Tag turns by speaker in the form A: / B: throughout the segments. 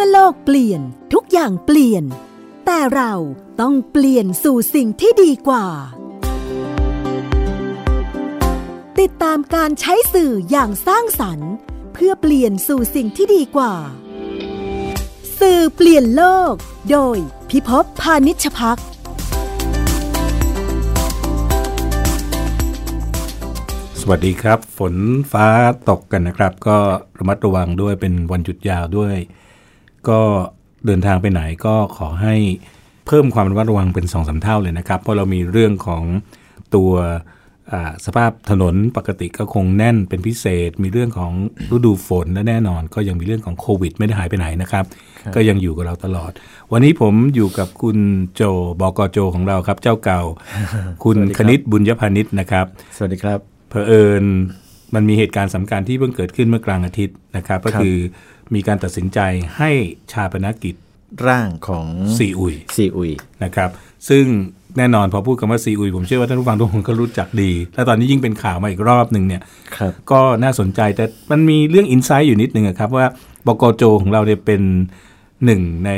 A: อโลกเปลี่ยนทุกอย่างเปลี่ยน แต่เราต้องเปลี่ยนสู่สิ่งที่ดีกว่า ติดตามการใช้สื่ออย่างสร้างสรรค์ เพื่อเปลี่ยนสู่สิ่งที่ดีกว่า สื่อเปลี่ยนโลก โดยพิภพพานิชพัก
B: สวัสดีครับ ฝนฟ้าตกกันนะครับ ก็ระมัดระวังด้วยเป็นวันหยุดยาวด้วย ก็เดินทางไปไหนก็ขอให้เพิ่มความระมัดระวังเป็น2อสาเท่าเลยนะครับ เพราะเรามีเรื่องของตัวอ่าสภาพถนนปกติก็คงแน่นเป็นพิเศษ มีเรื่องของฤดูฝนและแน่นอน ก็ยังมีเรื่องของโควิด ไม่ได้หายไปไหนนะครับ ก็ยังอยู่กับเราตลอด วันนี้ผมอยู่กับคุณโจบอกโจของเราครับ เจ้าเก่า คุณคณิตบุญยพานิชนะครับ
C: สวัสดีครับ
B: เผอิญมันมีเหตุการณ์สำคัญที่เพิ่งเกิดขึ้นเมื่อกลางอาทิตย์นะครับ ก็
C: ครับ
B: คือมีการตัดสินใจให้ชาปนกิจ
C: ร่างของ
B: ซีอุย
C: ซีอุย
B: นะครับ ซึ่งแน่นอนพอพูดคำว่าซีอุย ผมเชื่อว่าท่านผู้ฟังทุกคนก็รู้จักดี และตอนนี้ยิ่งเป็นข่าวมาอีกรอบหนึ่งเนี่ย
C: ครับ
B: ก็น่าสนใจแต่มันมีเรื่องอินไซต์อยู่นิดนึงอะครับว่าบกโจของเราเนี่ยเป็นหนึ่งใน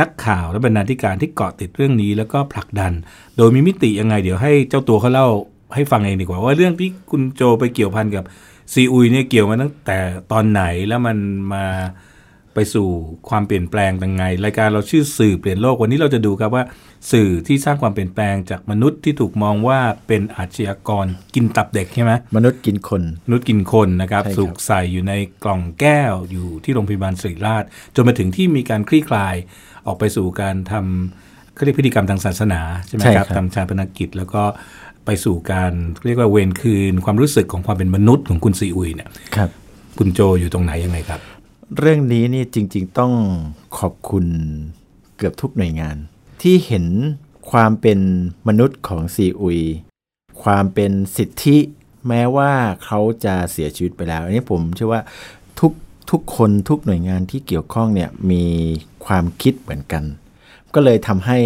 B: นักข่าวและบรรณาธิการที่เกาะติดเรื่องนี้แล้วก็ผลักดัน โดยมีมิติยังไงเดี๋ยวให้เจ้าตัวเขาเล่าให้ฟังเองดีกว่า ว่าเรื่องที่คุณโจไปเกี่ยวพันกับซีอุยเนี่ยเกี่ยวมาตั้งแต่ตอนไหนแล้วมันมาไปสู่ความเปลี่ยนแปลงยังไง รายการเราชื่อสื่อเปลี่ยนโลกวันนี้เราจะดูครับว่า สื่อที่สร้างความเปลี่ยนแปลงจากมนุษย์ที่ถูกมองว่าเป็นอาชญากรกินตับเด็กใช่ไหม
C: มนุษย์กินคน
B: มนุษย์กินคนนะครับ
C: ใช่ครับ
B: สูกใส่อยู่ในกล่องแก้วอยู่ที่โรงพยาบาลศิริราช จนมาถึงที่มีการคลี่คลายออกไปสู่การทำเขาเรียกพิธีกรรมทางศาสนาใช่ไหม
C: ใช่
B: ค
C: ครั
B: รับบ ทำชาปนกิจ แล้วก็ไปสู่การเรียกว่าเวรคืน ความรู้สึกของความเป็นมนุษย์ของคุณซีอุยเนี่ย
C: ครับ
B: คุณโจอยู่ตรงไหนยังไงครับ
C: เรื่องนี้นี่จริง ๆ ต้องขอบคุณเกือบทุกหน่วยงาน ที่เห็นความเป็นมนุษย์ของซีอุย ความเป็นสิทธิแม้ว่าเขาจะเสียชีวิตไปแล้ว อันนี้ผมเชื่อว่าทุกทุกคนทุกหน่วยงานที่เกี่ยวข้องเนี่ยมีความคิดเหมือนกัน ก็เลยทำให้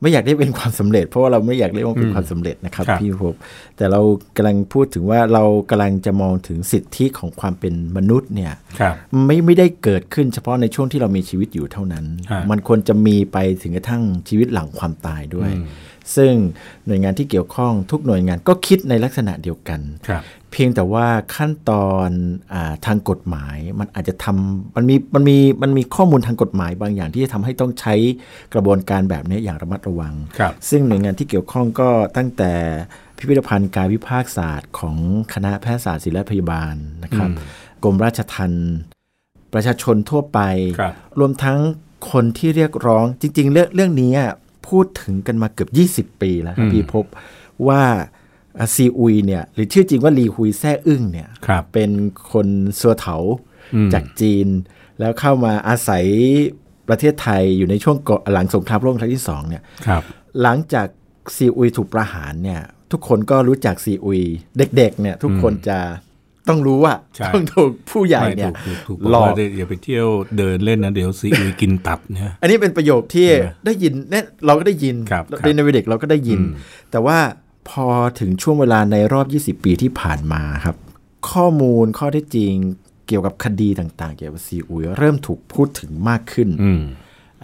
C: ไม่อยากได้เป็นความสำเร็จ เพราะว่าเราไม่อยากเรียกว่าเป็นความสำเร็จนะครับ
B: ครับ
C: พี่ภพแต่เรากำลังพูดถึงว่าเรากำลังจะมองถึงสิทธิของความเป็นมนุษย์เนี่ย
B: ครับ
C: ไม่ไม่ได้เกิดขึ้นเฉพาะในช่วงที่เรามีชีวิตอยู่เท่านั้น
B: ฮะ
C: มันควรจะมีไปถึงกระทั่งชีวิตหลังความตายด้วย ซึ่งหน่วยงานที่เกี่ยวข้องทุกหน่วยงานก็คิดในลักษณะเดียวกัน
B: ครับ
C: เพียงแต่ว่าขั้นตอนอาทางกฎหมาย มันอาจจะทำมันมีมันมีมันมีข้อมูลทางกฎหมายบางอย่างที่จะทำให้ต้องใช้กระบวนการแบบนี้อย่างระมัดระวัง
B: ครับ
C: ซึ่งหน่วยงานที่เกี่ยวข้องก็ตั้งแต่พิพิธภัณฑ์กายวิภาคศาสตร์ของคณะแพทยศาสตร์ศิลปพยาบาลนะครับกรมราชทัณฑ์ประชาชนทั่วไป
B: ครับ
C: รวมทั้งคนที่เรียกร้องจริง ๆ เรื่องเรื่องนี้อะพูดถึงกันมาเกือบ 20 ปีแล้วครับพี่พบว่าอ่ะซีอุยเนี่ยหรือชื่อจริงว่าลีฮุยแซ่อึ้งเนี่ย
B: ครับ
C: เป็นคนสัวเถา
B: อืม
C: จากจีน แล้วเข้ามาอาศัยประเทศไทยอยู่ในช่วงก่อนหลังสงครามโลกครั้งที่สองเนี่ย
B: ครับ
C: หลังจากซีอุยถูกประหารเนี่ยทุกคนก็รู้จักซีอุย เด็กๆเนี่ยทุกคนจะต้องรู้ว่า
B: ใช่
C: ต้องถูกผู้ใหญ่
B: ไม่
C: เนี่ย
B: ถูกถูกถูก
C: ห
B: ห
C: ล
B: ล
C: อ
B: อก
C: ก
B: อย่าไปเที่ยวเดินเล่นนะเดี๋ยวซีอุยกินตับเนี่ย
C: อันนี้เป็นประโยคที่
B: ใช่ไหม
C: ได้ยินเนี่ยเราก็ได้ยิน
B: ครับ
C: ในในวัยเด็กเราก็ได้ยิน แต่ว่าพอถึงช่วงเวลาในรอบ 20 ปีที่ผ่านมาครับ ข้อมูลข้อเท็จจริงเกี่ยวกับคดีต่างๆ เกี่ยวกับซีอุยเริ่มถูกพูดถึงมากขึ้น
B: อืม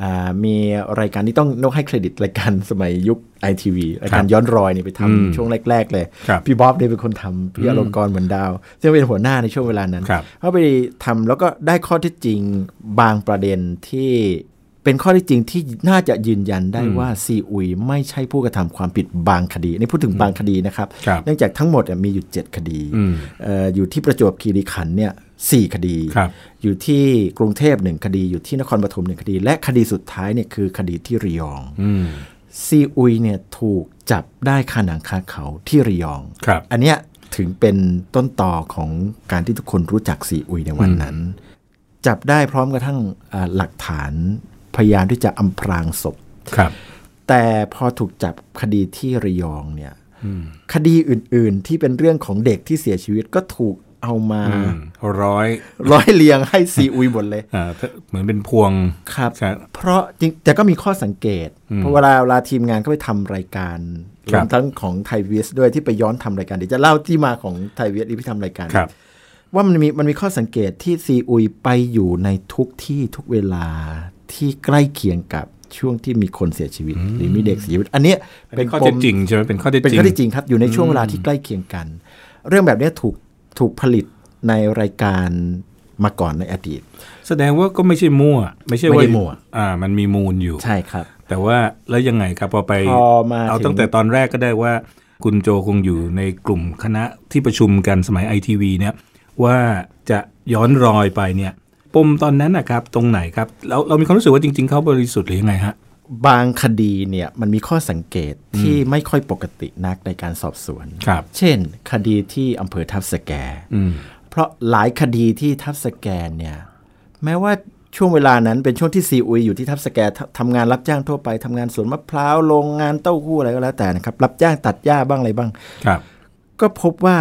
C: อ่ามีรายการที่ต้องนกให้เครดิตรายการสมัยยุคไอทีวีรายการย้อนรอยเนี่ยไปทำช่วงแรก ๆ เลย
B: ครับ
C: พี่บ๊อบเนี่ยเป็นคนทำพี่อลงกรณ์เหมือนดาว ซึ่งเป็นหัวหน้าในช่วงเวลานั้น
B: ครับ
C: เข้าไปทำแล้วก็ได้ข้อเที่จริงบางประเด็นที่เป็นข้อเที่จริงที่น่าจะยืนยันได้ว่าซีอุยไม่ใช่ผู้กระทำความผิดบางคดีอันนี่พูดถึงบางคดีนะครับ
B: ครับ
C: เนื่องจากทั้งหมดเนี่ยมีอยู่ 7 คดี
B: อืม
C: เอ่ออยู่ที่ประจวบคีรีขันธ์เนี่ยสคดี
B: ครับ
C: อยู่ที่กรุงเทพหนึ่งคดี อยู่ที่นครปฐมหนึ่งคดี และคดีสุดท้ายเนี่ยคือคดีที่ระยอง
B: อืม
C: ซีอุยเนี่ยถูกจับได้คาหนังคาเขาที่ระยอง
B: ครับ
C: อันเนี้ยถึงเป็นต้นต่อของการที่ทุกคนรู้จักซีอุยในวันนั้น จับได้พร้อมกระทั่งอ่าหลักฐานพยายามที่จะอำพรางศพ
B: ครับ
C: แต่พอถูกจับคดีที่ระยองเนี่ยคดีอื่นๆที่เป็นเรื่องของเด็กที่เสียชีวิตก็ถูกเอามา
B: อืมร้อย
C: ร้อยเรียงให้ซีอุยหมดเลย
B: อ่าเหมือนเป็นพวง
C: ครับ
B: ครับ
C: เพราะจริงแต่ก็มีข้อสังเกต เพราะเวลาเวลาทีมงานก็ไปทำรายการ
B: ค
C: ร
B: รับ
C: วมทั้งของไทยวีเอสด้วยที่ไปย้อนทำรายการเดี๋ยวจะเล่าที่มาของไทยวีเอสที่ไปทำรายการ
B: ครับ
C: ว่ามันมีมันมีข้อสังเกตที่ซีอุยไปอยู่ในทุกที่ทุกเวลาที่ใกล้เคียงกับช่วงที่มีคนเสียชีวิต หรือมีเด็กเสียชีวิต อันเนี้ย
B: อันนี้ข้อเท็จจริงใช่ไหมเป็นข้อเท็จ
C: เป็น
B: จริง
C: ข้อเท็จจริงครับ อยู่ในช่วงเวลาที่ใกล้เคียงกัน เรื่องแบบเนี้ยถูกถูกผลิตในรายการมาก่อนในอดีต
B: แสดงว่าก็ไม่ใช่มั่ว ไม่ใช่
C: ไม่
B: ว่า
C: ได้มั่ว
B: อ่า มันมีมูลอยู่
C: ใช่ครับ
B: แต่ว่าแล้วยังไงครับพอไป
C: พอมา
B: เอา
C: ถึง
B: ตั้งแต่ตอนแรกก็ได้ว่า คุณโจคงอยู่ในกลุ่มคณะที่ประชุมกันสมัยไอทีวีเนี่ยว่าจะย้อนรอยไปเนี่ยปมตอนนั้นนะครับตรงไหนครับแล้วเรามีความรู้สึกว่าจริง ๆเขาบริสุทธิ์หรือยังไงฮะ
C: บางคดีเนี่ยมันมีข้อสังเกตที่ไม่ค่อยปกตินักในการสอบสวน
B: ครับ
C: เช่น คดีที่อำเภอทับสแก
B: อืม
C: เพราะหลายคดีที่ทับสแกนเนี่ยแม้ว่าช่วงเวลานั้นเป็นช่วงที่ซีอุยอยู่ที่ทับสแกนทำทำงานรับจ้างทั่วไปทำงานสวนมะพร้าวโรงงานเต้าหู้อะไรก็แล้วแต่นะครับ รับจ้างตัดหญ้าบ้างอะไรบ้าง
B: ครับ
C: ก็พบว่า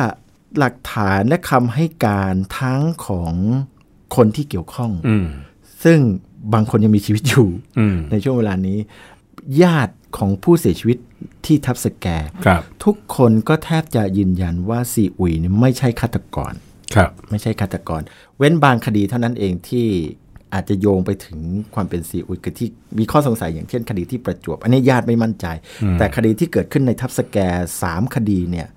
C: หลักฐานและคำให้การทั้งของคนที่เกี่ยวข้อง
B: อืม
C: ซึ่งบางคนยังมีชีวิตอยู่
B: อืม
C: ในช่วงเวลานี้ ญาติของผู้เสียชีวิตที่ทับสแก
B: ครับ
C: ทุกคนก็แทบจะยืนยันว่าซีอุยเนี่ยไม่ใช่ฆาตกร
B: ครับ
C: ไม่ใช่ฆาตกร เว้นบางคดีเท่านั้นเองที่อาจจะโยงไปถึงความเป็นซีอุยคือที่มีข้อสงสัยอย่างเช่นคดีที่ประจวบ อันนี้ญาติไม่มั่นใจ แต่คดีที่เกิดขึ้นในทับสแกสามคดีเนี่ย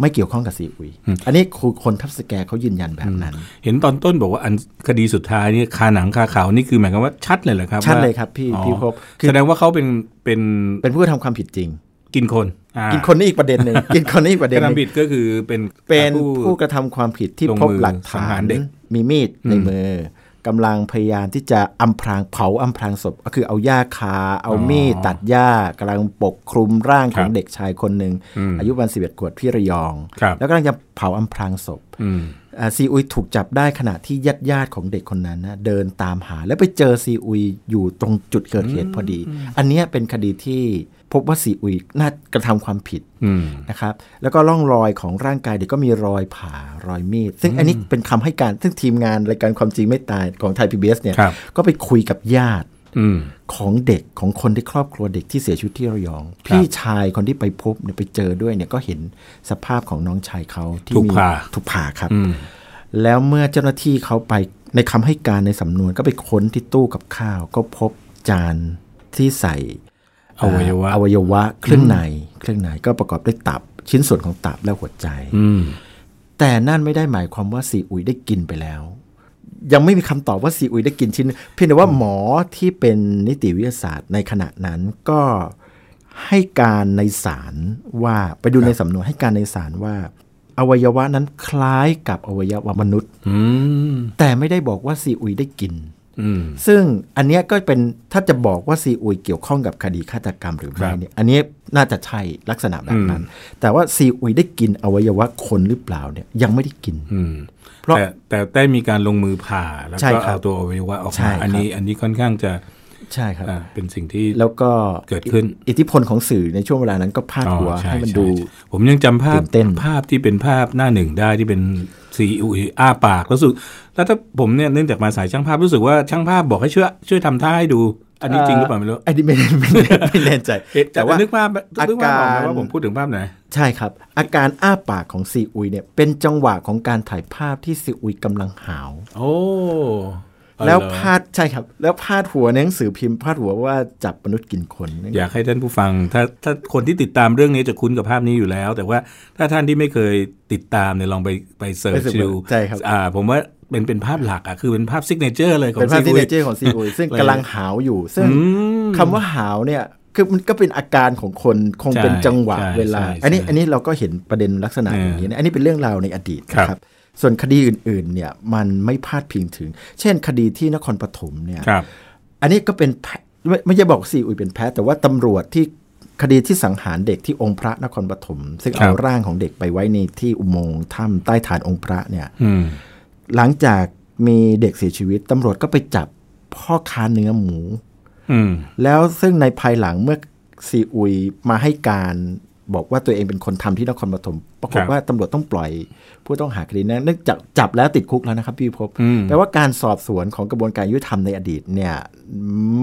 C: ไม่เกี่ยวข้องกับซีอุย อันนี้คือคนทับสแกเขายืนยันแบบนั้น
B: เห็นตอนต้นบอกว่าอันคดีสุดท้ายเนี่ยคาหนังคาเขานี่คือหมายความว่าชัดเลยเหรอครับ
C: ชัด
B: ว่า
C: เลยครับพี่
B: อ๋อ
C: พี่พบคือ
B: แสดงว่าเขาเป็นเป็น
C: เป็นผู้กระทำความผิดจริง
B: กินคนอ่า
C: กินคนนี่อีกประเด็นหนึ่ง กินคนนี่อีกประเด็
B: ก
C: น
B: ระ
C: หนึ่ง
B: ทำผิดก็คือเป็น
C: เป็น
B: ผู้
C: ผู้กระทำความผิดที่
B: ลงมือ
C: พบหลัก
B: สัง
C: ฐา
B: หาน รเด็ก
C: มีมีดในมืออกำลังพยายามที่จะอำพรางเผาอำพรางศพก็คือเอาหญ้าคา เอามีดตัดหญ้ากำลังปกคลุมร่างของเด็กชายคนหนึ่งอายุประมาณสิบเอ็ดขวบที่ระยอง
B: ครับ
C: แล้วกำลังจะเผาอำพรางศพ
B: อืม
C: อ่าซีอุยถูกจับได้ขณะที่ญาติญาติๆของเด็กคนนั้นนะเดินตามหา แล้วไปเจอซีอุยอยู่ตรงจุดเกิดเหตุพอดี อันเนี้ยเป็นคดีที่พบว่าซีอุยน่ากระทำความผิด
B: อืม
C: นะครับแล้วก็ร่องรอยของร่างกายเด็กก็มีรอยผ่ารอยมีด ซึ่งอันนี้เป็นคำให้การ ซึ่งทีมงานรายการความจริงไม่ตายของไทยพีบีเนี่ย
B: ครับ
C: ก็ไปคุยกับญาติ
B: อืม
C: ของเด็กของคนที่ครอบครัวเด็กที่เสียชีวิตที่ระยอง พี่ชายคนที่ไปพบเนี่ยไปเจอด้วยเนี่ยก็เห็นสภาพของน้องชายเขาที่
B: ถูก
C: มี
B: ผ่า
C: ถูกผ่าครับ แล้วเมื่อเจ้าหน้าที่เขาไปในคำให้การในสำนวนก็ไปค้นที่ตู้กับข้าว ก็พบจานที่ใส่
B: อวัยวะ
C: อวัยวะเครื่องในเครื่องในก็ประกอบด้วยตับชิ้นส่วนของตับและหัวใจ
B: อืม
C: แต่นั่นไม่ได้หมายความว่าซีอุยได้กินไปแล้ว ยังไม่มีคำตอบว่าซีอุยได้กินชิ้น เพียงแต่ว่าหมอที่เป็นนิติวิทยาศาสตร์ในขณะนั้นก็ให้การในศาลว่าไปดูในสำนวนให้การในศาลว่า อวัยวะนั้นคล้ายกับอวัยวะมนุษย์
B: อืม
C: แต่ไม่ได้บอกว่าซีอุยได้กิน
B: อืม
C: ซึ่งอันเนี้ยก็เป็นถ้าจะบอกว่าซีอุยเกี่ยวข้องกับคดีฆาตกรรมหรือไม่เนี่ยอันเนี้ยน่าจะใช่ลักษณะแบบนั้น แต่ว่าซีอุยได้กินอวัยวะคนหรือเปล่าเนี่ยยังไม่ได้กิน
B: อืม
C: เพราะ
B: แต่แต่ได้มีการลงมือผ่าแล้ว
C: ใช่
B: ก็
C: ครั
B: เอา
C: บ
B: ตัวอวัยวะออก
C: ใช่
B: มา
C: ครับ
B: อันนี้อันนี้ค่อนข้างจะ
C: ใช่ครับ
B: อ่าเป็นสิ่งที่
C: แล้วก็
B: เกิดขึ้น
C: อิทธิพลของสื่อในช่วงเวลานั้นก็พาดหัว
B: อ๋อช่
C: ให้มัน
B: ช่
C: ดู
B: ช่ผมยังจำภาพ
C: ตื่นเต้น
B: ภาพที่เป็นภาพหน้าหนึ่งได้ที่เป็นซีอุยอ้าปากรู้สึกแล้วถ้าผมเนี่ยเนื่องจากมาสายช่างภาพรู้สึกว่าช่างภาพบอกให้ช่วยช่วยทำท่าให้ดู อันนี้จริงหรือเปล่าไม่รู้
C: อันนี้ไม่ ไม่ไม่แน่ใจ
B: เอ๊ะแต่ว่านึกภาพ
C: อาการ
B: นึกภาพออกไหมว่าผมพูดถึงภาพไหน
C: ใช่ครับ อาการอ้าปากของซีอุยเนี่ยเป็นจังหวะของการถ่ายภาพที่ซีอุยกำลังหาว
B: โอ้
C: แล้ว
B: เออ
C: พาดใช่ครับ แล้วพาดหัวในหนังสือพิมพ์พาดหัวว่าจับมนุษย์กินคน
B: อยากให้ท่านผู้ฟัง ถ้าถ้าคนที่ติดตามเรื่องนี้จะคุ้นกับภาพนี้อยู่แล้ว แต่ว่าถ้าท่านที่ไม่เคยติดตามเนี่ยลองไปไปเสิร์ช
C: ไปเสิร์ช
B: ดู
C: ใช่ครับ
B: อ่า ผมว่าเป็นเป็นภาพหลักอ่ะคือเป็นภาพซิกเนเจอร์เลยของ
C: เป็นภาพ
B: ซี
C: ที่
B: อุ
C: เน
B: ย
C: เจอร์ของซีอุยซึ่งกำลังหาวอยู่ ซึ่ง
B: อืม
C: คำว่าหาวเนี่ยคือมันก็เป็นอาการของคนคงเป็น
B: ใช่
C: จังหวะ
B: ใช่
C: เวลา
B: ใช่ใช่
C: อันนี้อันนี้เราก็เห็นประเด็นลักษณะอย่างนี้นะอันนี้เป็นเรื่องราวในอดีต
B: ครับ
C: นะครับ ส่วนคดีอื่นๆเนี่ยมันไม่พาดพิงถึง เช่นคดีที่นครปฐมเนี่ย
B: ครับ
C: อันนี้ก็เป็นแพ้ไม่ไม่ใช่บอกซีอุยเป็นแพ้ แต่ว่าตำรวจที่คดีที่สังหารเด็กที่องค์พระนครปฐมซึ่ง
B: ครั
C: เอา
B: บ
C: ร่างของเด็กไปไว้ในที่อุโมงค์ถ้ำใต้ฐานองค์พระเนี่ย
B: อืม
C: หลังจากมีเด็กเสียชีวิตตำรวจก็ไปจับพ่อค้าเนื้อหมู
B: อืม
C: แล้วซึ่งในภายหลังเมื่อซีอุยมาให้การบอกว่าตัวเองเป็นคนทำที่นครปฐมปราก
B: ค
C: ฏ
B: รับ
C: ว่าตำรวจต้องปล่อยผู้ต้องหาคดีนั้นเนื่องจากจับแล้วติดคุกแล้วนะครับพี่ภพบ
B: อืม
C: แปลว่าการสอบสวนของกระบวนการยุติธรรมในอดีตเนี่ย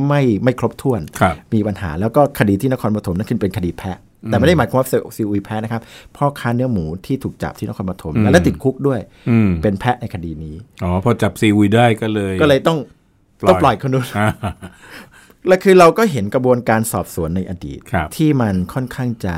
C: ไม่ไม่ครบถ้วน
B: ครับ
C: มีปัญหาแล้วก็คดีที่นครปฐมนั่นคือเป็นคดีแพะ แต่ไม่ได้หมายความว่าซีอุยแพ้นะครับพ่อค้าเนื้อหมูที่ถูกจับที่นครปฐมและติดคุกด้วย
B: อืม
C: เป็นแพะในคดีนี้
B: อ๋อพอจับซีอุยได้ก็เลย
C: ก็เลยต้อง
B: ปล่อย
C: ต้องปล่อยคนนู้น
B: อ่า
C: และคือเราก็เห็นกระบวนการสอบสวนในอดีต
B: ครับ
C: ที่มันค่อนข้างจะ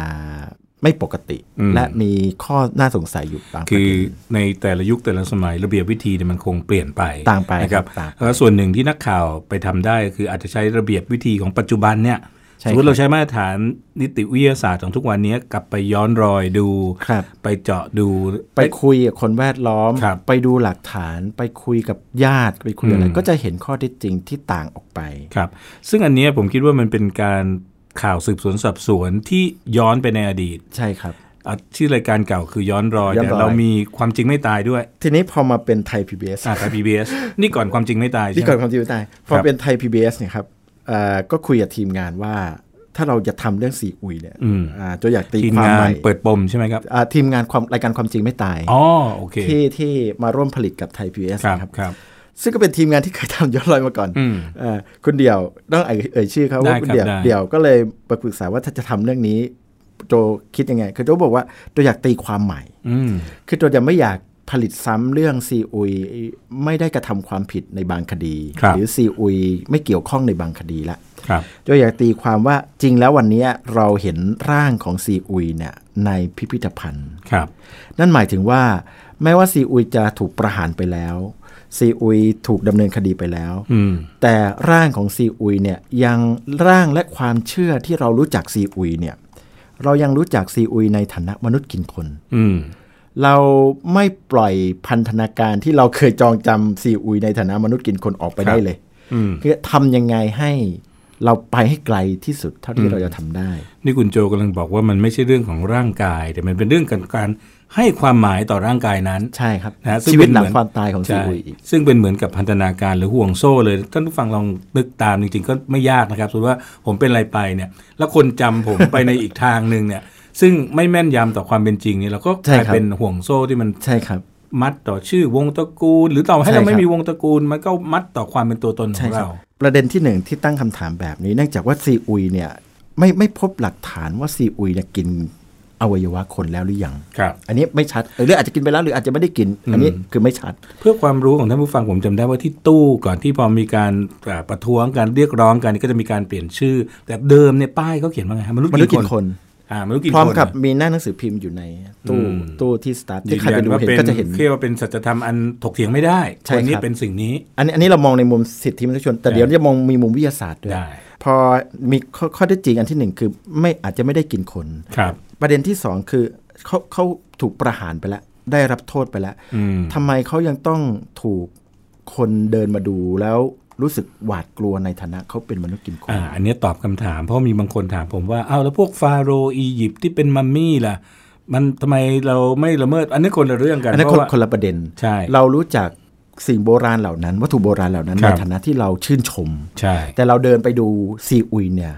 C: ไม่ปกติ
B: อืม
C: และมีข้อน่าสงสัยอยู่บางประ
B: คือ
C: เด็น
B: ในแต่ละยุคแต่ละสมัยระเบียบวิธีเนี่ยมันคงเปลี่ยนไป
C: ต่างไป
B: นะครับ
C: ต่างไป
B: แล้วส่วนหนึ่งที่นักข่าวไปทำได้ก็คืออาจจะใช้ระเบียบวิธีของปัจจุบันเนี่ย
C: ใช่
B: สมมติ
C: ครับ
B: เราใช้มาตรฐานนิติวิทยาศาสตร์ของทุกวันนี้กลับไปย้อนรอยดู
C: ครับ
B: ไปเจาะดู
C: ไปคุยกับคนแวดล้อม
B: ครับ
C: ไปดูหลักฐาน ไปคุยกับญาติไปคุยอะไร
B: อืม
C: ก็จะเห็นข้อเท็จจริงที่ต่างออกไป
B: ครับซึ่งอันเนี้ยผมคิดว่ามันเป็นการข่าวสืบสวนสอบสวนที่ย้อนไปในอดีต
C: ใช่ครับ
B: อ่ะชื่อรายการเก่าคือย้อนรอย
C: ย้อนรอย
B: แต่เรามีความจริงไม่ตายด้วย
C: ทีนี้พอมาเป็นไทย PBS
B: อ่าไทยพีบีเอสนี่ก่อนความจริงไม่ตายใช่
C: นี่
B: ไห
C: ก่อ
B: ม
C: นความจริงไม่ตายพ
B: ครั
C: อบ เป็นไทย PBS เนี่ยครับเอ่อก็คุยกับทีมงานว่า ถ้าเราจะทำเรื่องซีอุยเนี่ยอ่าจะอยากตี
B: ทีม
C: ความ
B: งา
C: ให
B: น
C: ม่
B: เปิดปมใช่ไหมครับ
C: อ่าทีมงานความรายการความจริงไม่ตาย
B: อ๋อโอเค
C: ที่ที่มาร่วมผลิตกับไทย PBS
B: ครับ
C: นะ
B: ครับ
C: ซึ่งก็เป็นทีมงานที่เคยทำย้อนรอยมาก่อน
B: อืม
C: เอ่อคุณเดี่ยวต้องเอ่ยเอ่ยชื่อเขา
B: ได้
C: ว่า
B: ครับ
C: คุณเดี่ยว
B: ได้
C: เดี่ยวก็เลยไปปรึกษาว่าถ้าจะทำเรื่องนี้โจคิดยังไง คือโจบอกว่าโจอยากตีความใหม่
B: อืม
C: คือโจจะไม่อยากผลิตซ้ำเรื่องซีอุยไม่ได้กระทำความผิดในบางคดี
B: ครับ
C: หรือซีอุยไม่เกี่ยวข้องในบางคดีละ
B: ครับ
C: โจอยากตีความว่าจริงแล้ววันนี้เราเห็นร่างของซีอุยเนี่ยในพิพิธภัณฑ์
B: ครับ
C: นั่นหมายถึงว่าแม้ว่าซีอุยจะถูกประหารไปแล้ว ซีอุยถูกดำเนินคดีไปแล้ว
B: อืม
C: แต่ร่างของซีอุยเนี่ยยังร่างและความเชื่อที่เรารู้จักซีอุยเนี่ยเรายังรู้จักซีอุยในฐานะมนุษย์กินคน
B: อืม
C: เราไม่ปล่อยพันธนาการที่เราเคยจองจำซีอุยในฐานะมนุษย์กินคนออกไปได้เลย
B: อืม
C: คือทำยังไงให้เราไปให้ไกลที่สุดเท่าที่เราจะทำได้
B: นี่คุณโจกำลังบอกว่ามันไม่ใช่เรื่องของร่างกาย แต่มันเป็นเรื่องของการให้ความหมายต่อร่างกายนั้น
C: ใช่ครับ
B: นะฮะซึ่ง
C: ชีวิต
B: เป็น
C: หลั
B: เห
C: ง
B: มือน
C: ความตายของซี
B: ใช่
C: อุยอีก
B: ซึ่งเป็นเหมือนกับพันธนาการหรือห่วงโซ่เลยท่านผู้ฟังลองนึกตามจริงๆ ก็ไม่ยากนะครับสมมติว่าผมเป็นอะไรไปเนี่ย แล้วคนจำผม ไปในอีกทางหนึ่งเนี่ย ซึ่งไม่แม่นยำต่อความเป็นจริงเนี่ยเราก็
C: ใช่
B: กลาย
C: ครับ
B: เป็นห่วงโซ่ที่มัน
C: ใช่ครับ
B: มัดต่อชื่อวงตระกูล หรือต่อให้
C: ใช่ครั
B: เรา
C: บ
B: ไม่มีวงตระกูล มันก็มัดต่อความเป็นตัวตนขอ
C: ใช่
B: ง
C: ครั
B: เรา
C: บประเด็นที่หนึ่งที่ตั้งคำถามแบบนี้เนื่องจากว่าซีอุยเนี่ยไม่ไม่พบหลักฐานว่าซีอุยเนี่ยกินอวัยวะคนแล้วหรือยัง
B: ครับ
C: อันนี้ไม่ชัดหรืออาจจะกินไปแล้วหรืออาจจะไม่ได้กิน อันนี้คือไม่ชัด
B: เพื่อความรู้ของท่านผู้ฟังผมจำได้ว่าที่ตู้ก่อนที่พอมีการอ่าประท้วงการเรียกร้องกันก็จะมีการเปลี่ยนชื่อ แต่เดิมเนี่ยป้ายเขาเขียนว่าไงฮะมนุษย์
C: มนุษย์กินคน
B: อ่ามนุษย์กินคน
C: พร้อมกับ
B: นะ
C: มีหน้าหนังสือพิมพ์อยู่ในตู้
B: อืม
C: ตู้ที่สตาร์ท
B: ยื
C: ที่
B: น
C: ใคร
B: ยั
C: ไป
B: น
C: ดู
B: ว่า
C: เห็น
B: เป็น
C: ก็จะเห็น
B: เรียกว่าเป็นสัจธรรมอันถกเถียงไม่ได้
C: ใช่
B: คนนี้
C: ครับ
B: เป็นสิ่งนี้
C: อันนี้อันนี้เรามองในมุมสิทธิมนุษยชน แต่เดี๋ยวจะมองมีมุมวิทยาศาสตร์ด้วย
B: ได้
C: พอมีข้อข้อเท็จจริงอันที่หนึ่งคือไม่อาจจะไม่ได้กินคน
B: ครับ
C: ประเด็นที่สองคือเขาเขาถูกประหารไปแล้ว ได้รับโทษไปแล้ว
B: อืม
C: ทำไมเขายังต้องถูกคนเดินมาดูแล้วรู้สึกหวาดกลัวในฐานะเขาเป็นมนุษย์กินคน
B: อ่าอันเนี้ยตอบคำถามเพราะมีบางคนถามผมว่า เอ้าวแล้วพวกฟาโรห์อียิปต์ที่เป็นมัมมี่ล่ะ มันทำไมเราไม่ละเมิด อันนี้คนละเรื่องกัน
C: อันนั้น
B: เพ
C: คน
B: ราะว่า
C: คนละประเด็น
B: ใช่
C: เรารู้จักสิ่งโบราณเหล่านั้น วัตถุโบราณเหล่านั้น
B: ครั
C: ใน
B: บ
C: ฐานะที่เราชื่นชม
B: ใช่
C: แต่เราเดินไปดูซีอุยเนี่ย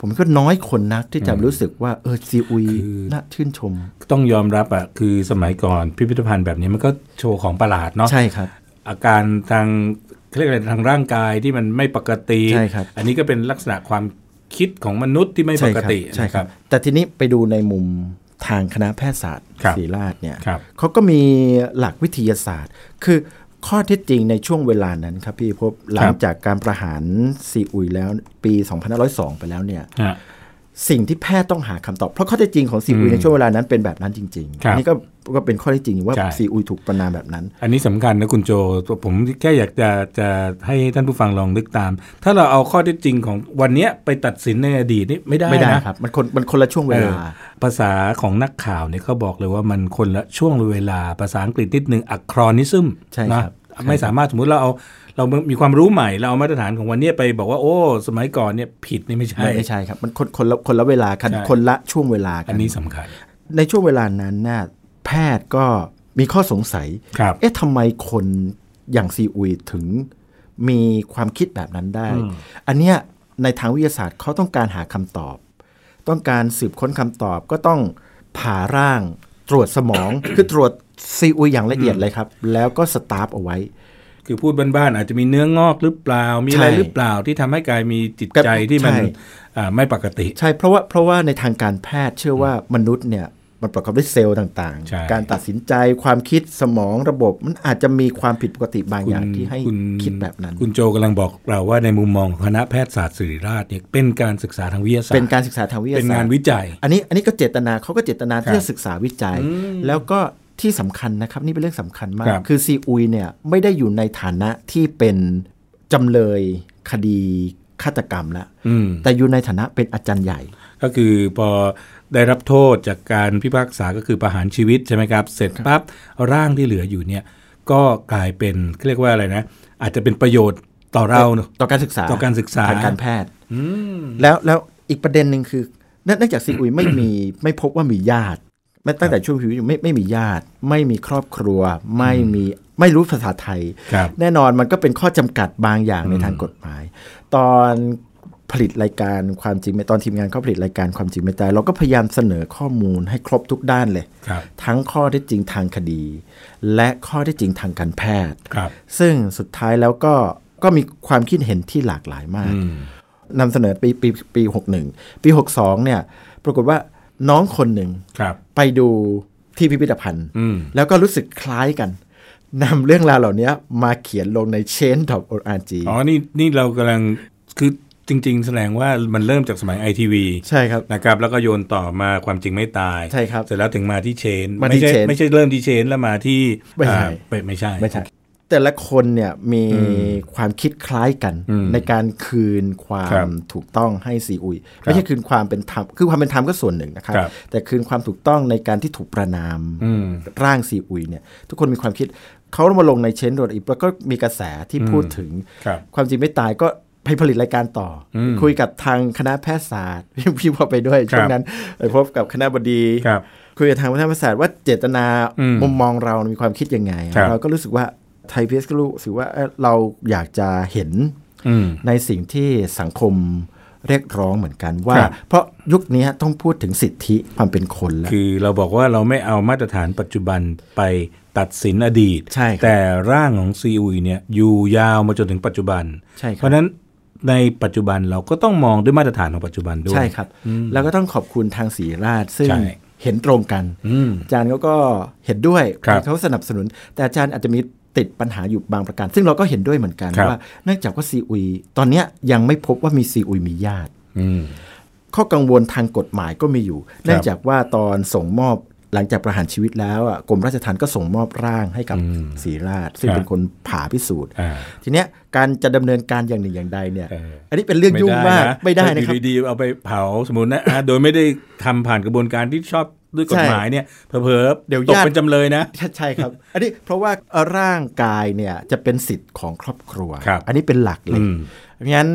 C: ผมก็น้อยคนนักที่จะรู้สึกว่าเออซีอุยน่าชื่นชม
B: ต้องยอมรับอ่ะคือสมัยก่อนพิพิธภัณฑ์แบบนี้มันก็โชว์ของประหลาดเนาะ
C: ใช่ครับ
B: อาการทางเรียกอะไรทางร่างกายที่มันไม่ปกติ
C: ใช่ครับ
B: อันนี้ก็เป็นลักษณะความคิดของมนุษย์ที่ไม่ปกติ
C: ใช่ครับ
B: นะ
C: ใช่ครับแต่ทีนี้ไปดูในมุมทางคณะแพทยศาสตร์
B: ครับ
C: ศิริราชเนี่ย
B: ครับ
C: เขาก็มีหลักวิทยาศาสตร์ คือข้อเท็จจริงในช่วงเวลานั้นครับพี่พบหลังจากการประหารซีอุยแล้วปี2502 ไปแล้วเนี่ย
B: ฮะ
C: สิ่งที่แพทย์ต้องหาคำตอบเพราะข้อเท็จจริงของซีอุยในช่วงเวลานั้นเป็นแบบนั้นจริงๆ
B: ครับ
C: อันนี้ก็ก็เป็นข้อเท็จจริงว่า
B: ใช่
C: ซีอุยถูกประนามแบบนั้น
B: อันนี้สำคัญนะคุณโจผมแค่อยากจะจะให้ท่านผู้ฟังลองนึกตาม ถ้าเราเอาข้อเท็จจริงของวันเนี้ยไปตัดสินในอดีตนี่ไม่ได้
C: ไม่ได้
B: นะครับ
C: มันคนมันคนละช่วงเว
B: เออ
C: ลา
B: ภาษาของนักข่าวเนี่ยเขาบอกเลยว่ามันคนละช่วงเวลาภาษาอังกฤษนิดนึงอัครอนิซึม
C: ใช่ครับ
B: นะไม่สามารถสมมุติเราเอาเรามีความรู้ใหม่เราเอามาตรฐานของวันเนี้ยไปบอกว่าโอ้ สมัยก่อนเนี่ยผิดนี่ไม่ใช่
C: ไม่ไม่ใช่ครับ มันคนคนละคนละเวลากัน
B: ใช่
C: คนละช่วงเวลากั
B: อันนี้สำคัญ
C: ในช่วงเวลานั้นน่ะแพทย์ก็มีข้อสงสัย
B: ครับ
C: เอ๊ะทำไมคนอย่างซีอุยถึงมีความคิดแบบนั้นได้ อันเนี้ยในทางวิทยาศาสตร์เขาต้องการหาคำตอบ ต้องการสืบค้นคำตอบก็ต้องผ่าร่าง ตรวจสมอง คือตรวจซีอุยอย่างละเอียดเลยครับ แล้วก็สตาร์ฟเอาไว้
B: คือพูดบ้านๆอาจจะมีเนื้องอกหรือเปล่า มีอะไร
C: ใช่
B: หรือเปล่าที่ทำให้กายมีจิต
C: กับ
B: ใจที่มัน
C: ใช่
B: อ่าไม่ปกติ
C: ใช่เพราะว่าเพราะว่าในทางการแพทย์เชื่อว่ามนุษย์เนี่ยมันประกอบด้วยเซลล์ต่าง
B: ใช่
C: ๆ การตัดสินใจความคิดสมองระบบมันอาจจะมีความผิดปกติบางอย่างที่ให้
B: คุณ
C: คิดแบบนั้น
B: คุณโจกำลังบอกเราว่าในมุมมองของคณะแพทยศาสตร์ศิริราชเนี่ยเป็นการศึกษาทางวิทยาศาสตร์
C: เป็นการศึกษาทางวิทยาศาสต
B: เป็น
C: ร์
B: งานวิจัย
C: อันนี้อันนี้ก็เจตนาเขาก็เจตนาที่
B: ครับ
C: จะศึกษาวิจัย แล้วก็ที่สำคัญนะครับ นี่เป็นเรื่องสำคัญมาก
B: ครับ
C: คือซีอุยเนี่ยไม่ได้อยู่ในฐานะที่เป็นจำเลยคดีฆาตกรรมละ
B: อืม
C: แต่อยู่ในฐานะเป็นอาจารย์ใหญ่
B: ก็คือพอได้รับโทษจากการพิพากษาก็คือประหารชีวิตใช่ไหมครับ เสร็จปั๊บร่างที่เหลืออยู่เนี่ย ก็กลายเป็นเขาเรียกว่าอะไรนะ อาจจะเป็นประโยชน์ต่อเราเนอะ
C: ต่อการศึกษา
B: ต่อการศึกษา
C: ทางการแพทย์แล้วแล้วอีกประเด็นหนึ่งคือเนื่องเนื่องจากซีอุยไม่มีไม่พบว่ามีญาติไม่ตั้งแต่ช่วงชีวิตอยู่ไม่ไม่มีญาติ ไม่มีครอบครัว ไม่มีไม่รู้ภาษาไทย
B: ครับ
C: แน่นอนมันก็เป็นข้อจำกัดบางอย่างในทางกฎหมาย ตอนผลิตรายการความจริงไม่ตอนทีมงานเขาผลิตรายการความจริงไม่ตายเราก็พยายามเสนอข้อมูลให้ครบทุกด้านเลย
B: ครับ
C: ทั้งข้อเท็จจริงทางคดี และข้อเท็จจริงทางการแพทย์
B: ครับ
C: ซึ่งสุดท้ายแล้วก็ก็มีความคิดเห็นที่หลากหลายมากนำเสนอปีปีปีหกหนึ่งปีหกสองเนี่ยปรากฏว่าน้องคนหนึ่ง
B: ครับ
C: ไปดูที่พิพิธภัณฑ์
B: อืม
C: แล้วก็รู้สึกคล้ายกันนำเรื่องราวเหล่านี้มาเขียนลงใน change.org
B: อ๋อนี่นี่เรากำลังคือจริง ๆ แสดงว่ามันเริ่มจากสมัยไอทีวี
C: ใช่ครับ
B: นะครับ แล้วก็โยนต่อมาความจริงไม่ตาย
C: ใช่ครับ
B: เสร็จแล้วถึงมาที่เชน
C: มาที่
B: ไม่ใช่
C: Chain
B: ไม่ใช่เริ่มที่เชนแล้วมาที่
C: ไม่ใช่
B: อ่าไม่ไม่ใช่
C: ไม่ใช่แต่ละคนเนี่ยมีความคิดคล้ายกันในการคืนควา
B: ครั
C: ม
B: บ
C: ถูกต้องให้ซีอุย ไม่ใช่คืนความเป็นธรรมคือความเป็นธรรมก็ส่วนหนึ่งนะครับ
B: ครับ
C: แต่คืนความถูกต้องในการที่ถูกประนามร่างซีอุยเนี่ยทุกคนมีความคิดเขามาลงในเชนโดดอีกแล้วก็มีกระแสที่พูดถึง
B: ครับ
C: ความจริงไม่ตายก็ไปผลิตรายการต่ออคุยกับทางคณะแพทยศาสตร์ พี่พอไปด้วยช่วงนั้นไปพบกับคณะบดี
B: ครับ
C: คุยกับทางคณะแพทยศาสตร์ว่าเจตนา
B: อืม
C: มุมมองเรามีความคิดยังไง
B: ครับ
C: เราก็รู้สึกว่าไทยพีเอสก็รู้สึกว่าเอ่อเราอยากจะเห็น
B: อืม
C: ในสิ่งที่สังคมเรียกร้องเหมือนกันว่า
B: ครับ
C: เพราะยุคนี้ต้องพูดถึงสิทธิความเป็นคนแล้ว
B: คือเราบอกว่าเราไม่เอามาตรฐานปัจจุบันไปตัดสินอดีต
C: ใช่ครับ
B: แต่ร่างของซีอุยเนี่ยอยู่ยาวมาจนถึงปัจจุบัน
C: ใช่ครับ
B: เพราะฉะนั้นในปัจจุบันเราก็ต้องมองด้วยมาตรฐานของปัจจุบันด้วย
C: ใช่ครับ แล้วก็ต้องขอบคุณทางศรีราชซึ่ง
B: ใช่
C: เห็นตรงกัน อาจารย์เขาก็เห็นด้วย
B: ครับ
C: เขาสนับสนุน แต่อาจารย์อาจจะมีติดปัญหาอยู่บางประการ ซึ่งเราก็เห็นด้วยเหมือนกัน
B: ครับ
C: ว่าเนื่องจากว่าซีอุย ตอนเนี้ยยังไม่พบว่ามีซีอุยมีญาติ
B: อืม
C: ข้อกังวลทางกฎหมายก็มีอยู่ เนื่องจากว่าตอนส่งมอบหลังจากประหารชีวิตแล้วอ่ะกรมราชทัณฑ์ก็ส่งมอบร่างให้กับศรีราช ซึ่ง
B: ครับ
C: เป็นคนผ่าพิสูจน์
B: อ่า
C: ทีเนี้ยการจะดำเนินการอย่างหนึ่งอย่างใดเนี่ย
B: เอออั
C: อันนี้เป็นเรื่องยุ่งมากไม่ได้นะครับ
B: อยู่ดีๆเอาไปเผาสมมตินะอ่ ะโดยไม่ได้ทำผ่านกระบวนการที่ชอบด้วยกฎหมายเนี่ยเผลอๆ
C: เดี๋ยว
B: ตก
C: ญาติ
B: เป็นจำเลยนะ
C: ใช่ใช่ครับ อันนี้เพราะว่าเอ่อร่างกายเนี่ยจะเป็นสิทธิ์ของครอบครัว
B: ครับ
C: อันนี้เป็นหลักเลยงั้น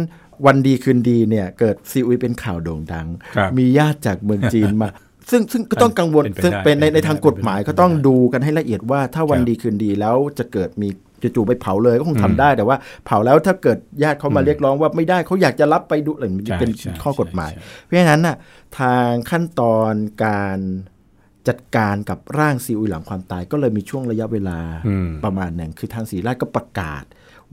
C: วันดีคืนดีเนี่ยเกิดซีอุยเป็นข่าวโด่งดัง
B: ครับ
C: มีญาติจากเมืองจีน มา ซึ่งซึ่งก็ต้องกังวล
B: เป็นไป
C: ซึ่ง
B: ได้
C: เป็นใน
B: เป็นไป
C: ใน
B: ได้
C: ทางกฎหมายก็ต้องดูกันให้ละเอียดว่า ถ้าวัน
B: ครับ
C: ดีคืนดีแล้วจะเกิดมีจู่ๆไปเผาเลยก็คงทำได้แต่ว่า เผาแล้วถ้าเกิดญาติเขามาเรียกร้องว่าไม่ได้เขาอยากจะรับไปดูอะไรอย่างนี้
B: ใช่
C: เป็น
B: ใช่
C: ข้อกฎหมาย
B: ใช่
C: เพราะฉะนั้นน่ะทางขั้นตอนการจัดการกับร่างซีอุยหลังความตายก็เลยมีช่วงระยะเวลาประมาณหนึ่งคือทางศรีราชก็ประกาศ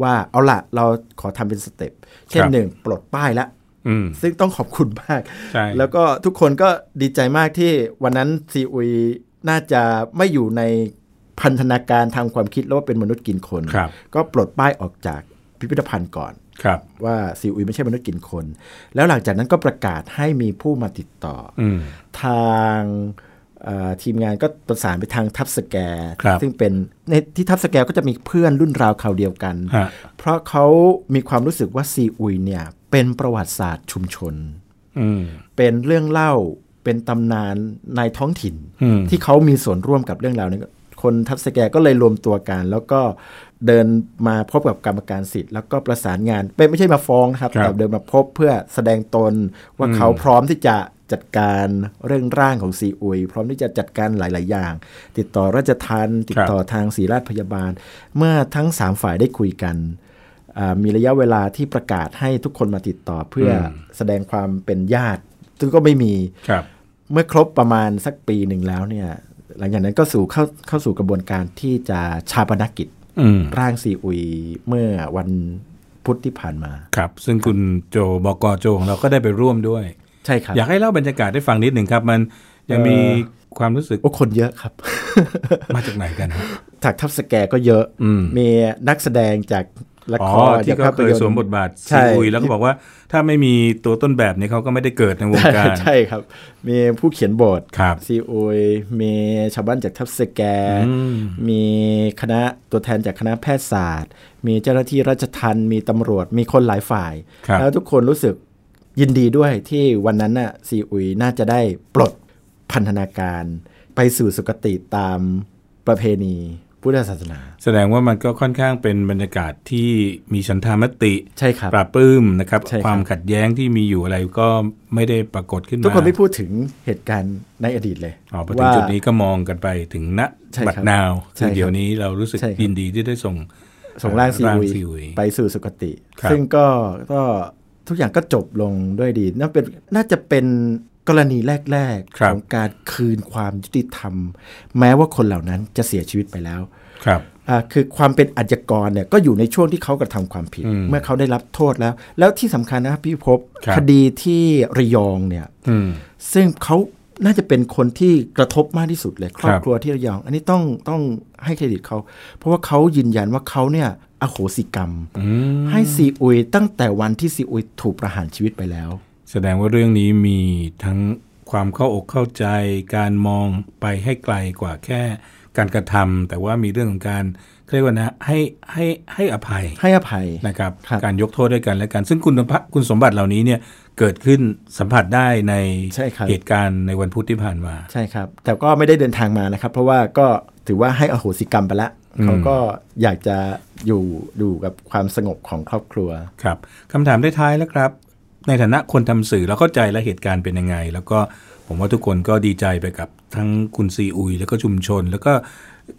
C: ว่าเอาละเราขอทำเป็นสเต็ปเช่น
B: ครับ
C: หนึ่งปลดป้ายละ
B: อืม
C: ซึ่งต้องขอบคุณมาก
B: ใช่
C: แล้วก็ทุกคนก็ดีใจมากที่วันนั้นซีอุยน่าจะไม่อยู่ในพันธนาการทางความคิดแล้วว่าเป็นมนุษย์กินคน
B: ครับ
C: ก็ปลดป้ายออกจากพิพิธภัณฑ์ก่อน
B: ครับ
C: ว่าซีอุยไม่ใช่มนุษย์กินคน แล้วหลังจากนั้นก็ประกาศให้มีผู้มาติดต่ออ
B: อืม
C: ทางเอ่อทีมงานก็ประสานไปทางทับสแกร์
B: ครับ
C: ซึ่งเป็นในที่ทับสแกร์ก็จะมีเพื่อนรุ่นราวคราวเดียวกัน
B: ฮะ
C: เพราะเขามีความรู้สึกว่าซีอุยเนี่ยเป็นประวัติศาสตร์ชุมชน
B: อืม
C: เป็นเรื่องเล่าเป็นตำนานในท้องถิ่น
B: อืม
C: ที่เขามีส่วนร่วมกับเรื่องราวนี้คนทัพสแกก็เลยรวมตัวกัน แล้วก็เดินมาพบกับกรรมการสิทธิ์ แล้วก็ประสานงานไม่ไม่ใช่มาฟ้องนะครับ
B: ครับ
C: แต่เดินมาพบเพื่อแสดงตนว่าเขาพร้อมที่จะจัดการเรื่องร่างของซีอุย พร้อมที่จะจัดการหลาย ๆ อย่าง ติดต่อราชทันติด
B: ครับ
C: ต่อทางศรีราชพยาบาล เมื่อทั้งสามฝ่ายได้คุยกัน อ่ามีระยะเวลาที่ประกาศให้ทุกคนมาติดต่อเพื่ออแสดงความเป็นญาติซึ่งก็ไม่มี
B: ครับ
C: เมื่อครบประมาณสักปีหนึ่งแล้วเนี่ยหลังจากนั้นก็สู่เข้าเข้าสู่กระบวนการที่จะชาปนกิจ
B: อืม
C: ร่างซีอุยเมื่อวันพุธที่ผ่านมา
B: ครับ ซึ่งคุณโจบอกอโจของเราก็ได้ไปร่วมด้วย
C: ใช่ครับ
B: อยากให้เล่าบรรยากาศได้ฟังนิดหนึ่งครับ มันยังมีความรู้สึก
C: โอ้คนเยอะครับ
B: มาจากไหนกันฮะ
C: ถักทับสแกก็เยอะ
B: อืม
C: มีนักแสดงจากละ
B: อ๋
C: ค
B: อ
C: ร
B: ที่
C: จ
B: เขาเคย
C: นตร์
B: สวมบทบาทซี
C: ใช่
B: อุยแล้วก็บอกว่าถ้าไม่มีตัวต้นแบบเนี่ยเขาก็ไม่ได้เกิดในวงการ
C: ใช่ครับ มีผู้เขียนบท
B: ครับ
C: ซีอุยมีชาวบ้านจากทับสแก
B: อืม
C: มีคณะตัวแทนจากคณะแพทยศาสตร์ มีเจ้าหน้าที่ราชทัณฑ์มีตำรวจมีคนหลายฝ่าย
B: ครับ
C: แล้วทุกคนรู้สึกยินดีด้วยที่วันนั้นน่ะซีอุยน่าจะได้ปลดพันธนาการ ไปสู่สุคติตามประเพณีพุทธศาสนา
B: แสดงว่ามันก็ค่อนข้างเป็นบรรยากาศที่มีฉันทามติ
C: ใช่ครับ
B: ปราบปลื้มนะครับ
C: ใช่ครับ
B: ความขัดแย้งที่มีอยู่อะไรก็ไม่ได้ปรากฏขึ้นมา
C: ทุกคนไม่พูดถึงเหตุการณ์ในอดีตเลย
B: อ๋อพอถึงจุดนี้ก็มองกันไปถึงณ
C: ใช่ค
B: ั
C: รับ
B: ดนาว
C: ใช่
B: ซึ่ง
C: ครับ
B: เดี๋ยวนี้เรารู้สึก
C: ใช่ครับ
B: ยินดีที่ได้ส่ง
C: ส่งร่างซี
B: ร่าง
C: อุย
B: ซีอุย
C: ไปสู่สุคติ
B: ครับ
C: ซึ่งก็ก็ทุกอย่างก็จบลงด้วยดีน่าเป็นน่าจะเป็นกรณีแรกๆของการคืนความยุติธรรม แม้ว่าคนเหล่านั้นจะเสียชีวิตไปแล้ว
B: ครับ
C: อ่าคือความเป็นอาชญากรเนี่ยก็อยู่ในช่วงที่เขากระทำความผิด
B: อืม
C: เมื่อเขาได้รับโทษแล้ว แล้วที่สำคัญนะครับพี่ภพ
B: ครับ
C: คดีที่ระยองเนี่ย
B: อืม
C: ซึ่งเขาน่าจะเป็นคนที่กระทบมากที่สุดเลยครอบ
B: ครับ
C: ครัวที่ระยอง อันนี้ต้องต้องให้เครดิตเขา เพราะว่าเขายืนยันว่าเขาเนี่ยอโหสิกรรม
B: อืม
C: ให้ซีอุยตั้งแต่วันที่ซีอุยถูกประหารชีวิตไปแล้ว
B: แสดงว่าเรื่องนี้มีทั้งความเข้าอกเข้าใจ การมองไปให้ไกลกว่าแค่การกระทำแต่ว่ามีเรื่องของการเรียกว่านะให้ให้ให้อภัย
C: ให้อภัย
B: นะครับ
C: ครับ
B: การยกโทษด้วยกันและกันซึ่งคุณภาพคุณสมบัติเหล่านี้เนี่ยเกิดขึ้นสัมผัสได้ใน
C: ใช่ครับ
B: เหตุการณ์ในวันพุธที่ผ่านมา
C: ใช่ครับ แต่ก็ไม่ได้เดินทางมานะครับ เพราะว่าก็ถือว่าให้อโหสิกรรมไปละ
B: อืม
C: เขาก็อยากจะอยู่ดูกับความสงบของครอบครัว
B: ครับคำถามท้ายๆแล้วครับ ในฐานะคนทำสื่อเราเข้าใจและเหตุการณ์เป็นยังไง แล้วก็ผมว่าทุกคนก็ดีใจไปกับทั้งคุณซีอุย แล้วก็ชุมชน แล้วก็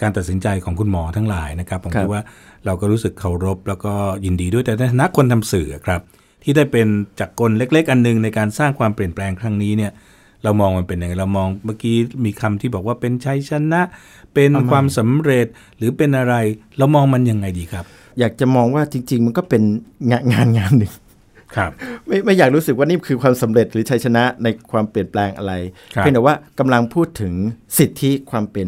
B: การตัดสินใจของคุณหมอทั้งหลายนะครับผม
C: ครับ
B: คิดว่าเราก็รู้สึกเคารพ แล้วก็ยินดีด้วยแต่ในฐานะคนทำสื่อครับที่ได้เป็นจักรกลเล็ก ๆ อันหนึงในการสร้างความเปลี่ยนแปลงครั้งนี้เนี่ย เรามองมันเป็นยังไงเรามองเมื่อกี้มีคำที่บอกว่าเป็นชัยชนะ เป็นความสำเร็จหรือเป็นอะไร เรามองมันยังไงดีครับ
C: อยากจะมองว่าจริง ๆ มันก็เป็นงานงานงานหนึ่ง
B: ครับ
C: ไม่ไม่อยากรู้สึกว่านี่คือความสำเร็จหรือชัยชนะในความเปลี่ยนแปลงอะไร
B: ครับ
C: เพียงแต่ว่ากำลังพูดถึงสิทธิความเป็น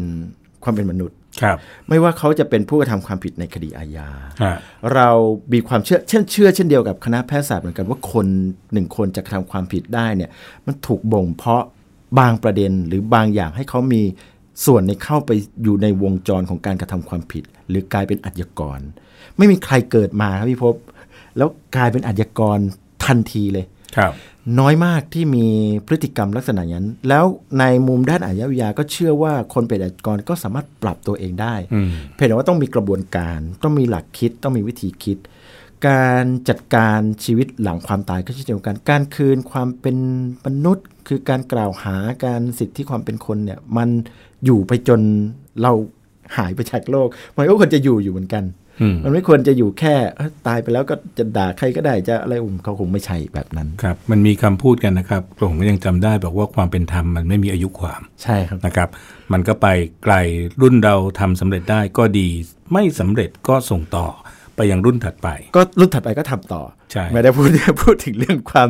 C: ความเป็นมนุษย์
B: ครับ
C: ไม่ว่าเขาจะเป็นผู้กระทำความผิดในคดีอาญา
B: ฮะ
C: เรามีความเชื่อเช่นเชื่อเช่นเดียวกับคณะแพทยศาสตร์เหมือนกันว่าคนหนึ่งคนจะกระทำความผิดได้เนี่ยมันถูกบ่งเพราะบางประเด็นหรือบางอย่างให้เขามีส่วนในเข้าไปอยู่ในวงจรของการกระทำความผิด หรือกลายเป็นอาชญากร ไม่มีใครเกิดมาครับพี่ภพแล้วกลายเป็นอาชญากรทันทีเลย
B: ครับ
C: น้อยมากที่มีพฤติกรรมลักษณะอย่างนั้น แล้วในมุมด้านอาญาวิทยาก็เชื่อว่าคนเป็นอาชญากรก็สามารถปรับตัวเองได้
B: อืม
C: เพียงแต่ว่าต้องมีกระบวนการ ต้องมีหลักคิด ต้องมีวิธีคิด การจัดการชีวิตหลังความตายก็เช่นเดียวกัน การคืนความเป็นมนุษย์ คือการกล่าวหาการสิทธิความเป็นคนเนี่ย มันอยู่ไปจนเราหายไปจากโลก มันก็ควรจะอยู่อยู่เหมือนกัน
B: อืม
C: มันไม่ควรจะอยู่แค่เอ้ยตายไปแล้วก็จะด่าใครก็ได้จะอะไรผมเขาคงไม่ใช่แบบนั้น
B: ครับ มันมีคำพูดกันนะครับ ผมก็ยังจำได้บอกว่าความเป็นธรรมมันไม่มีอายุความ
C: ใช่ครับ
B: นะครับ มันก็ไปไกลรุ่นเราทำสำเร็จได้ก็ดี ไม่สำเร็จก็ส่งต่อไปยังรุ่นถัดไป
C: ก็รุ่นถัดไปก็ทำต่อ
B: ใช่
C: ไม่ได้พู ด พูดถึงเรื่องความ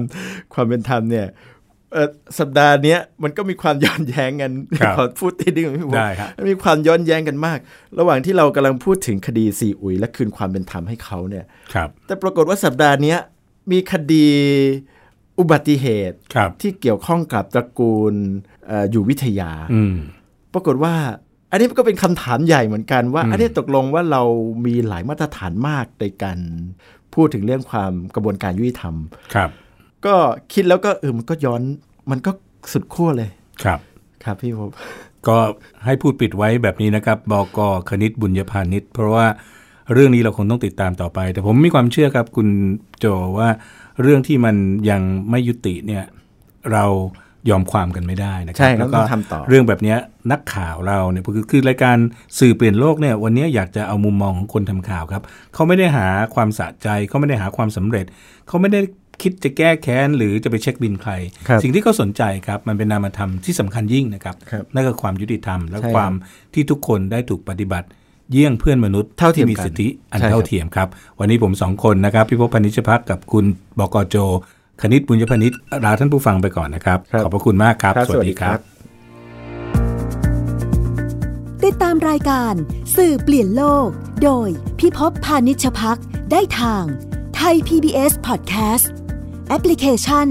C: ความเป็นธรรมเนี่ยเอ่อสัปดาห์เนี้ยมันก็มีความย้อนแย้งกัน
B: ครับ
C: ขอพูดนิดนึงพี่ผม
B: ได้ครับ
C: มันมีความย้อนแย้งกันมาก ระหว่างที่เรากำลังพูดถึงคดีซีอุย และคืนความเป็นธรรมให้เขาเนี่ย
B: ครับ
C: แต่ปรากฏว่าสัปดาห์เนี้ยมีคดีอุบัติเหตุ
B: ครับ
C: ที่เกี่ยวข้องกับตระกูลเอ่ออยู่วิทยา
B: อืม
C: ปรากฏว่า อันนี้ก็เป็นคำถามใหญ่เหมือนกันว่า อันนี้ตกลงว่าเรามีหลายมาตรฐานมากในการพูดถึงเรื่องความกระบวนการยุติธรรม
B: ครับ
C: ก็คิดแล้วก็เออมันก็ย้อนมันก็สุดขั้วเลย
B: ครับ
C: ครับพี่ผม
B: ก็ให้พูดปิดไว้แบบนี้นะครับ บกคณิตบุญยพานิชเพราะว่าเรื่องนี้เราคงต้องติดตามต่อไป แต่ผมมีความเชื่อครับคุณโจว่าเรื่องที่มันยังไม่ยุติเนี่ยเรายอมความกันไม่ได้นะครั
C: ใช่ครับ
B: ว
C: ต้
B: ก็
C: องทำต่อ
B: เรื่องแบบเนี้ยนักข่าวเราเนี่ยคือคือรายการสื่อเปลี่ยนโลกเนี่ยวันเนี้ยอยากจะเอามุมมองของคนทำข่าวครับเขาไม่ได้หาความสะใจเขาไม่ได้หาความสำเร็จเขาไม่ได้คิดจะแก้แค้นหรือจะไปเช็คบินใคร
C: ครับ
B: สิ่งที่เขาสนใจครับมันเป็นนามธรรมที่สำคัญยิ่งนะครับ
C: ครับ
B: นั่นก็ความยุติธรรมและ
C: ใช่ครับ
B: ความที่ทุกคนได้ถูกปฏิบัติ เยี่ยงเพื่อนมนุษย์
C: เท่าเทียมกัน
B: มีสิทธิอัน
C: ใช่ครับ
B: เท่าเทียมครับ วันนี้ผมสองคนนะครับพี่พบพานิชพักกับคุณบกโจ คณิตบุญยพนิชลาท่านผู้ฟังไปก่อนนะครับ
C: ครับ
B: ขอบพระคุณมากครับ
C: ครับ
B: สวัสดี
C: สวัสดี
B: ค
C: ครั
B: รับ
C: บ
A: ติดตามรายการสื่อเปลี่ยนโลก โดยพิภพพานิชพักได้ทางไทย PBS Podcast แอปพลิเคชัน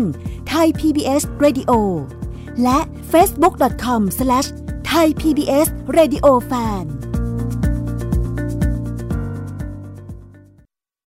A: ไทย PBS Radio และ facebook.com/thaipbsradiofan